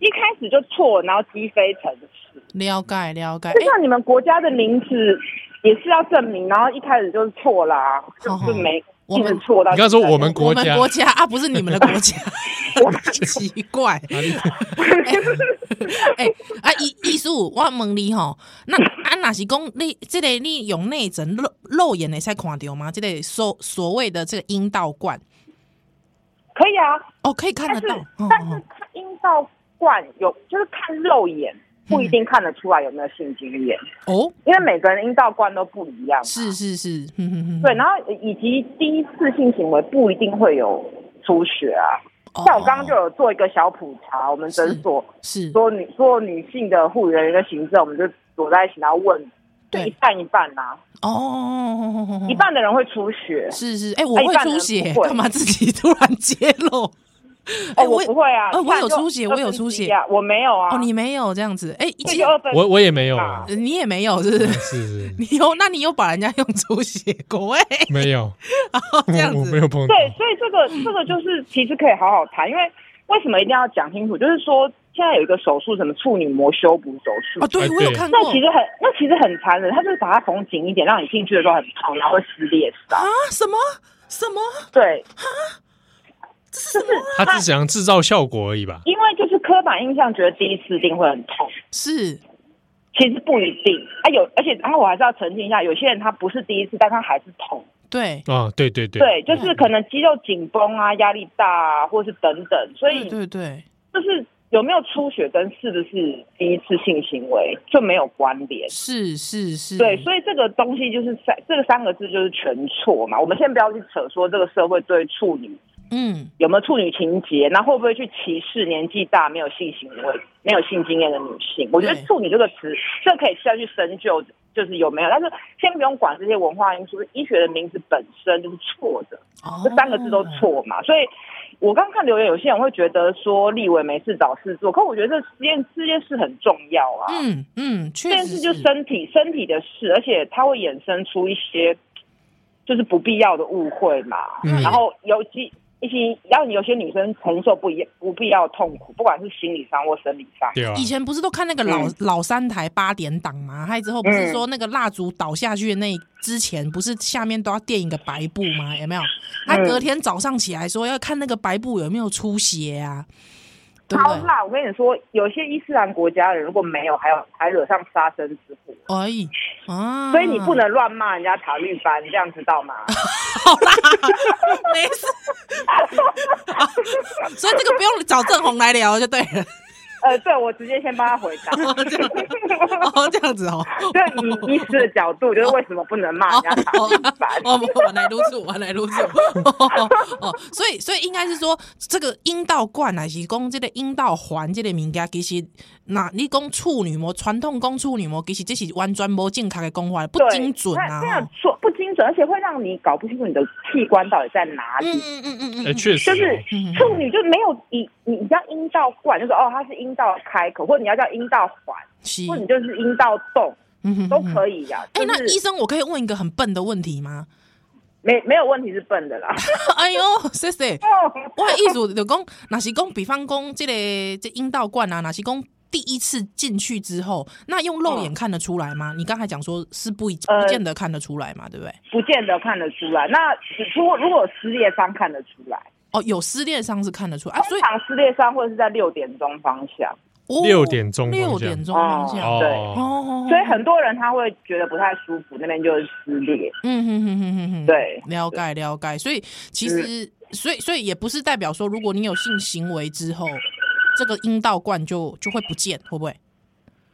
一开始就错，然后击飞城市。
了解了解，
就
哎，
像你们国家的名字也是要证明，然后一开始就是错啦，就
好好
是没
我
一
们
直错到
你
现在。
刚说我们
我
国
们
家
国家啊，不是你们的国 家，奇怪，
哪 里
哎啊，医医术，我问你吼，那啊那是讲你这个你用内诊肉肉眼会使看到吗？这个所所谓的这个阴道冠，
可以啊，
哦，可以看
但
得
是
到，哦
但是
哦，
它阴道惯有，就是看肉眼
嗯
不一定看得出来有没有性经验，
哦，
因为每个人阴道观都不一样。
是是是，嗯哼哼，
对，然后以及第一次性行为不一定会有出血啊。
哦
像我刚刚就有做一个小普查，我们诊所
是
所有女所有女性的护理人员跟行政，我们就躲在一起，然后问，就
对
一半一半啊，
哦，
一半的人会出血，
是是，哎，我
哎一
会
半
出
人
血，
不会
干嘛自己突然揭露？
哦，
哎
我
也
不会啊，
呃
你
我
看
有
就
出血
二
我有
分之
出血
一啊，我没有啊，
哦，你没有这样子，哎，
这
其实
就二分，
我我也没有，
啊
呃你也没有，是不 是？
是是
你有，那你有把人家用出血过？哎，
没有，
哦这样
我没
子，
有碰到，
对，所以 这个这个就是其实可以好好谈，因为为什么一定要讲清楚？就是说现在有一个手术，什么处女膜修补手术
哦，，对
哎
我有
对
看过
那其实很那其实很残忍，它就是把它缝紧一点，让你进去的时候很痛，然后会撕裂伤
啊。，什么什么，
对，
他只想制造效果而已吧？
因为就是刻板印象觉得第一次一定会很痛。
是
其实不一定啊，有而且然后我还是要澄清一下，有些人他不是第一次，但他还是痛，
对嗯
啊，对对对，
对，就是可能肌肉紧绷啊、压力大啊，或是等等，所以
嗯对对对，
就是有没有出血跟是不是第一次性行为就没有关联。
是是是，
对，所以这个东西就是三这个三个字就是全错嘛。我们先不要去扯说这个社会对处女
嗯，
有没有处女情节，那会不会去歧视年纪大没有性行为、没有性经验的女性？我觉得
对
“处女”这个词，这可以再去深究，就是有没有。但是先不用管这些文化因素，医学的名字本身就是错的，
哦
这三个字都错嘛。所以我刚看留言，有些人会觉得说立委没事找事做，可我觉得这件这件事很重要啊。
嗯嗯，确
这件
实
事就是身体身体的事，而且它会衍生出一些就是不必要的误会嘛。
嗯
然后尤其一些让有些女生承受不一不必要的痛苦，不管是心理上或生理上。
对啊
以，前不是都看那个老、
嗯
老三台八点档吗？还之后不是
嗯
说那个蜡烛倒下去的那之前，不是下面都要垫一个白布吗？有没有？他
嗯
隔天早上起来说要看那个白布有没有出血啊，对不
超
对？
辣！我跟你说，有些伊斯兰国家人如果没有，还有还惹上杀身之祸，
哎啊，
所以你不能乱骂人家塔利班，这样知道吗？
好啦，没事、啊所以这个不用找郑红来聊就对了，
呃，对，我直接先帮他回答。
哦，这样子哦。
对，以医师的角度，就是为什么不能骂人家塔利班？
哦，我我来撸住，我来撸住。哦 哦，所以所以应该是说，这个阴道管啊，是讲这个阴道环这个物件，其实那你讲处女膜，传统讲处女膜，其实这是完全无正确的讲法，不
对
精准啊
那这。样
哦
说不精准，而且会让你搞不清楚你的器官到底在哪里。
嗯嗯嗯嗯
哎，
嗯，
确实
就
哦，
是
嗯
处女就没有以你你叫阴道冠，就是哦，它是阴道开口，或者你要叫阴道环，
是
或者你就是阴道洞
嗯
都
以。
可以呀、
哎，那
就是
医生，我可以问一个很笨的问题吗？
没没有问题是笨的啦。
哎呦，谢谢。我的意思就讲，若是讲，比方讲，这个这阴道冠啊，若是讲第一次进去之后，那用肉眼看得出来吗？你刚才讲说是不一
呃
不见得看得出来嘛，对不对？
不见得看得出来。那如果如果有撕裂伤看得出来，
哦，有撕裂伤是看得出来啊，所
通
以
常撕裂伤会是在六点钟方向，
哦
六点钟
六
方向
点钟方向
哦对
哦，
哦，
所以很多人他会觉得不太舒服，那边就是撕裂。
嗯哼哼哼哼哼，
对
了解了解，所以其实所以所以也不是代表说，如果你有性行为之后，这个阴道冠就就会不见，会不会？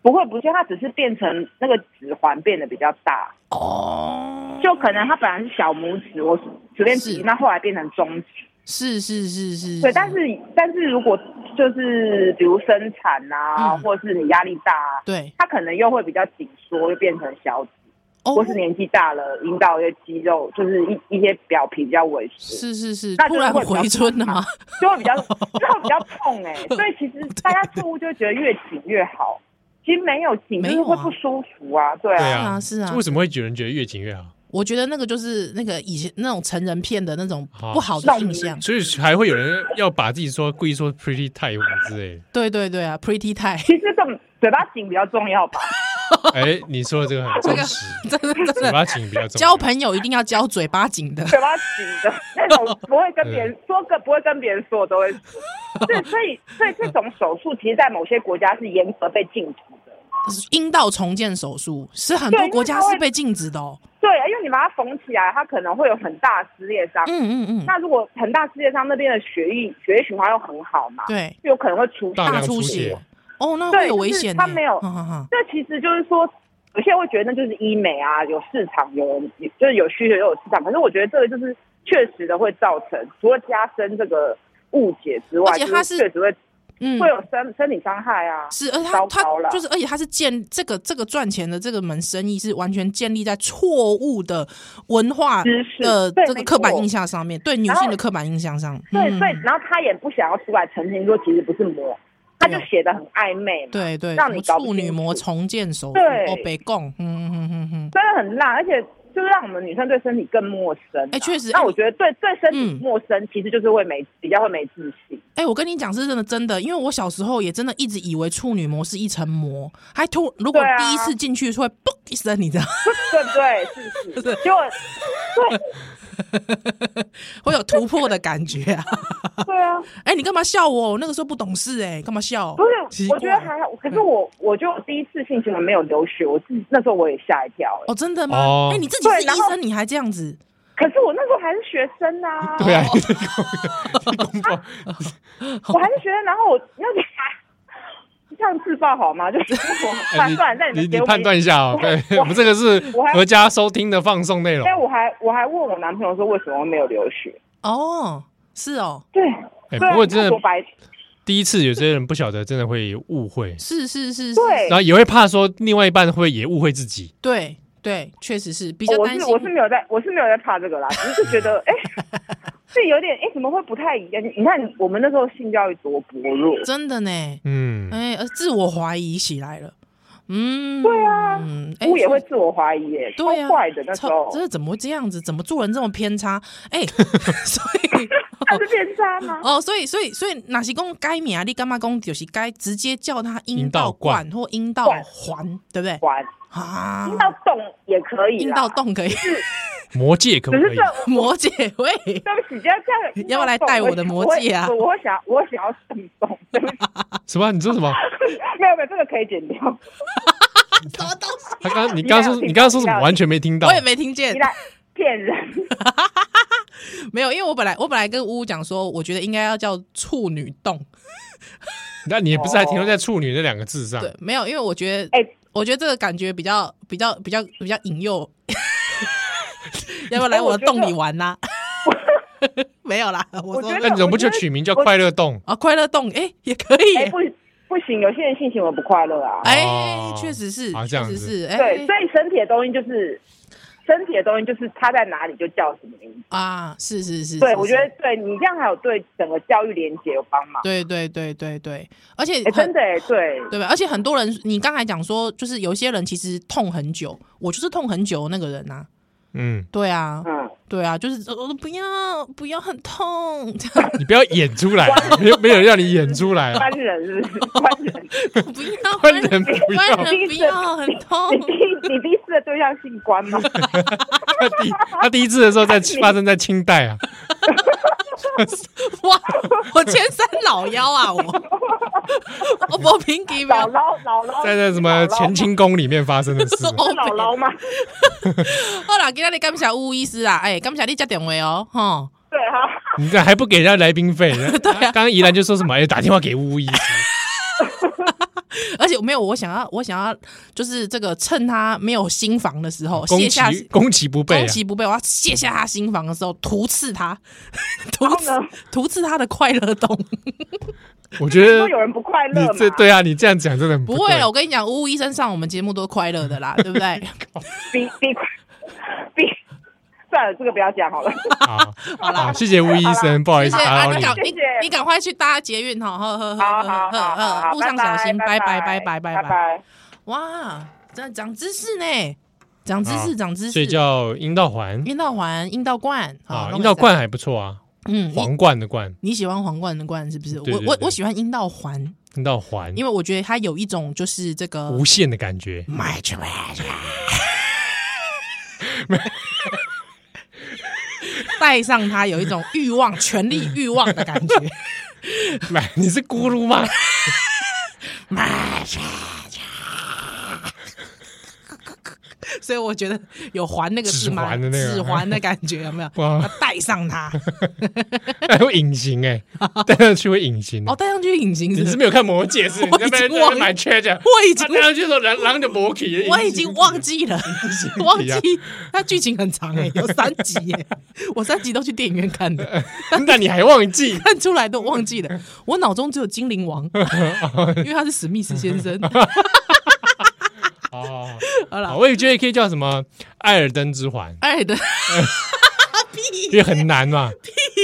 不会不见，它只是变成那个指环变得比较大，
哦，
就可能它本来是小拇指，我随便
是嗯
指，那后来变成中指。
是是是是，
对，但是但是如果就是比如生产啊，
嗯
或者是你压力大、啊，
对
它可能又会比较紧缩，又变成小指，
哦
或是年纪大了，阴道一些肌肉就是一一些表皮比较萎缩，
是是是，
那
突
就
然
会比较
回春啊了吗？
就会比较就会比较 痛哎、所以其实大家错误就会觉得越紧越好，其实没有紧，就
没
是
有
会
啊
不舒服啊，对
对
啊，
啊，
是啊是啊
为什么会有人觉得越紧越好？
我觉得那个就是那个以前那种成人片的那种
好
不好的印象，
所以还会有人要把自己说故意说 pretty tight 之 类的。
对对对啊，Pretty 太，
其实更嘴巴紧比较重要 吧，
哎，你说的这个很真实，
真的真
嘴
的，
巴紧比较重
交
要。
朋友一定要交嘴巴紧 的，
嘴巴紧的那种，不会跟别 人 说个不会跟别人说，我都会说。对，所以所以这种手术，其实，在某些国家是严格被禁止的。
阴道重建手术是很多
对
国家
因为它
是
会
被禁止的 哦。
对，啊因为你把它缝起来，它可能会有很大的撕裂伤。
嗯嗯嗯，
那如果很大撕裂伤，那边的血液血液循环又很好嘛，
对，
就有可能会出血
大
大
量
出
出
血
血
哦，那
对
会有
就是
危险呢。
它没有
哈哈哈
这其实就是说，有些人会觉得那就是医美啊，有市场，有就是有需求，又有市场。可是我觉得这个就是确实的会造成，除了加深这个误解之外，
而且它
就是确实会、
嗯
会有身身体伤害啊。
是，而且他
糟
他
糕了
就是，而且他是建这个这个赚钱的这个门生意是完全建立在错误的文化
知识
的
对
这个
没
刻板
错
印象上面，对女
然
性
后
的刻板印象上，
对
嗯
对，然后他也不想要出来澄清说其实不是魔，他就
对哦
写的很暧昧嘛，
对对，
让
什
你
么
搞不
处女
清
膜
楚
重建手术，
对
哦，北贡，嗯嗯嗯嗯
真的很烂，而且就是让我们女生对身体更陌生、啊。
哎确实哎
那我觉得对对身体
嗯
陌生，其实就是会没比较会没自信。
哎、我跟你讲是真的，真的，因为我小时候也真的一直以为处女膜是一层膜，还突如果
对啊
第一次进去是会嘣一声，你知道，
对不对？是不是？结果，
会有突破的感觉啊！
对啊，
哎、你干嘛笑我？我那个时候不懂事哎、干嘛笑？
不
奇
是，
怪
我觉得还好。可
嗯
是我，我就第一次性行为没有流血，我自己那时候我也吓一跳、欸
哦，真的吗？哎、
哦
你自己是
对然
医
后
生，你还这样子？
可是我那时候还是学生啊，
对啊，
我还是学生。然后我要你这样自爆好吗？ 就是我
哎
判断，在
你
们
你
给我
判断一下哦。
我还
对，
我
我们这个是
我还
合家收听的放送内容。
但我还我还问我男朋友说为什么没有流血？
哦，是哦，
对，
哎
对啊
不过真的
他多白痴
第一次有些人不晓得，真的会误会，
是是是是，
对
然后也会怕说另外一半会不会也误会自己。
对对，确实是比较
哦我
担
是
心。
我是没有在，我是没有在怕这个啦，只是觉得哎，这、有点哎、怎么会不太一样？你看我们那时候性教育多薄弱，
真的呢，
嗯，
哎、呃自我怀疑起来了。嗯，
对啊
嗯，哎、
我也会自我怀疑耶，超
啊
对呀、啊
坏的那时
超
候，
这怎么会这样子？怎么做人这么偏差？ 哎、所以
他是变渣吗？
哦，所以所以所以哪些公该名啊？你干嘛公有些该直接叫它阴道管或阴道环，对不对？
还
啊，
阴道洞也可以
阴
啦
道，洞可以，
魔戒可不
只
可
是
以
这？
魔戒喂，
对不起，这样这样有阴道洞
要不要来戴我的魔戒啊
我会我会想我会想要送送，对 不起，
什么？你说什么？
没有没有，这个可以剪掉。
他刚你刚刚说
你没有
你刚刚说什
听
么？
到
完全没听到
我。也没听见
你，来骗人，
没有，因为我本来我本来跟呜呜讲说，我觉得应该要叫处女洞，
那你也不是还停留
哦
在处女那两个字上
对？，没有，因为我觉得，
哎
我觉得这个感觉比较比较比较比较引诱， 要不要来
哎我
我的
觉得
洞里玩呐、 没有啦，我
我
说
觉
那
得
你怎么不就取名叫快乐洞？
啊，快乐洞，哎、也可以耶、
哎不不行，有些人性行为不快乐啊。
哎、
哦
确实是，
啊这
确
样
实
子
是，哎、
对，所以身体的东西就是身体的东西，就是它在哪里就叫什么名字。
啊，是是是，
对，
是
我
是
觉得对你这样还有对整个教育连结有帮忙。
对对对对对，而且很
哎，真的哎，对，
对吧？而且很多人，你刚才讲说，就是有些人其实痛很久，我就是痛很久的那个人呐、
嗯，
对啊，
嗯，
对啊，就是我不要不要很痛，这样
你不要演出来，没有没有让你演出来啊
关！人是不是 关人。
不 要
官人不要
官人不要很痛
你，第你第一次的对象姓关 吗？
他第他第一次的时候在发生在清代啊，
哇，我千山老妖啊，我我不平级没
姥
有。
姥姥
哦
姥
在那什么乾清宫里面发生的 事。
是姥姥吗？
好啦，今天你感谢吴医师啊，哎、感谢你接电话哦，吼。
对哈，
你看还不给人家来宾 费？
啊
刚刚怡兰就说什么？哎，打电话给巫医师，
而且没有，我想要，我想要，就是这个趁他没有新房的时候，
哦攻
卸下
其攻其不备
攻
啊！
其不备，我要卸下他新房的时候，图 刺他，图
后
刺
呢
图刺他的快乐洞。
我觉
说
得
有人不快
呃
乐
你
嘛？
这对啊，你这样讲真的很
不
对
会了，我跟你讲，呜呜医生上我们节目都快乐的啦，对 不对？
比比比，算了，这个不要讲好了。
嗯
好，好，谢谢巫医生，不好意
谢
思
谢
打
啊，
扰
你
你。
赶
谢
你
谢
你赶快去搭捷运哦哈，呵呵呵
好
呵
好好好
呵
好，
呵，路上嗯小心，拜
拜
拜拜拜
拜
拜拜。
拜。
哇，这长知识呢，长知
好
识长知
啊所以
识，
叫阴道环
阴道环、阴道冠
啊，
好
阴道，冠还不错啊，
那我们嗯，你
皇冠的冠，
你喜欢皇冠的冠是不是？
对对
我我
对嗯
我喜欢阴道环，
阴道环，
因为我觉得它有一种就是这个
无限的感觉。
my treasure，带上它有一种欲望、权力欲望的感觉。
买，你是咕噜吗？
my treasure，所以我觉得有环那个
指
是吗
环的那个
指环的感觉有没有？
哇嗯
要带上它，
哎会隐形 哎，戴上去会隐形。
哦，戴上去隐形是
你
不
是
是？
没有看《魔戒》是？你
我
在
已
那边
经
在那
忘
边买缺奖，
我 已经
他戴上去的时候，狼狼就魔起了。
我已经忘 记了，忘记
啊
它剧情很长哎、 有三集耶、我三集都去电影院看的，
那你还忘 记？
看出来都忘记了。我脑中只有精 灵王，因为他是史密斯先生。
哦，
好了，
我也觉得可以叫什么《艾尔登之环》，
艾尔登
因为很难嘛，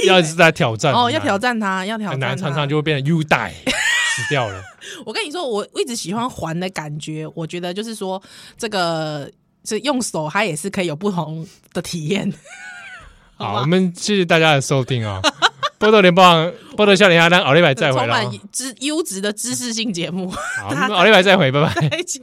要一直在挑战。
哦，
很
要
难
挑战他，要挑
很
战啊
难，
他
常常就会 变成 you die 死掉了。
我跟你说，我一直喜欢环的感觉，我觉得就是说，这个是用手，它也是可以有不同的体验。
好，我们谢谢大家的收听哦。波多联邦，波多笑脸鸭蛋，奥利百再回来
充满
哦。
知优质的知识性节目。
好，我们奥利百再回，拜拜。
再见。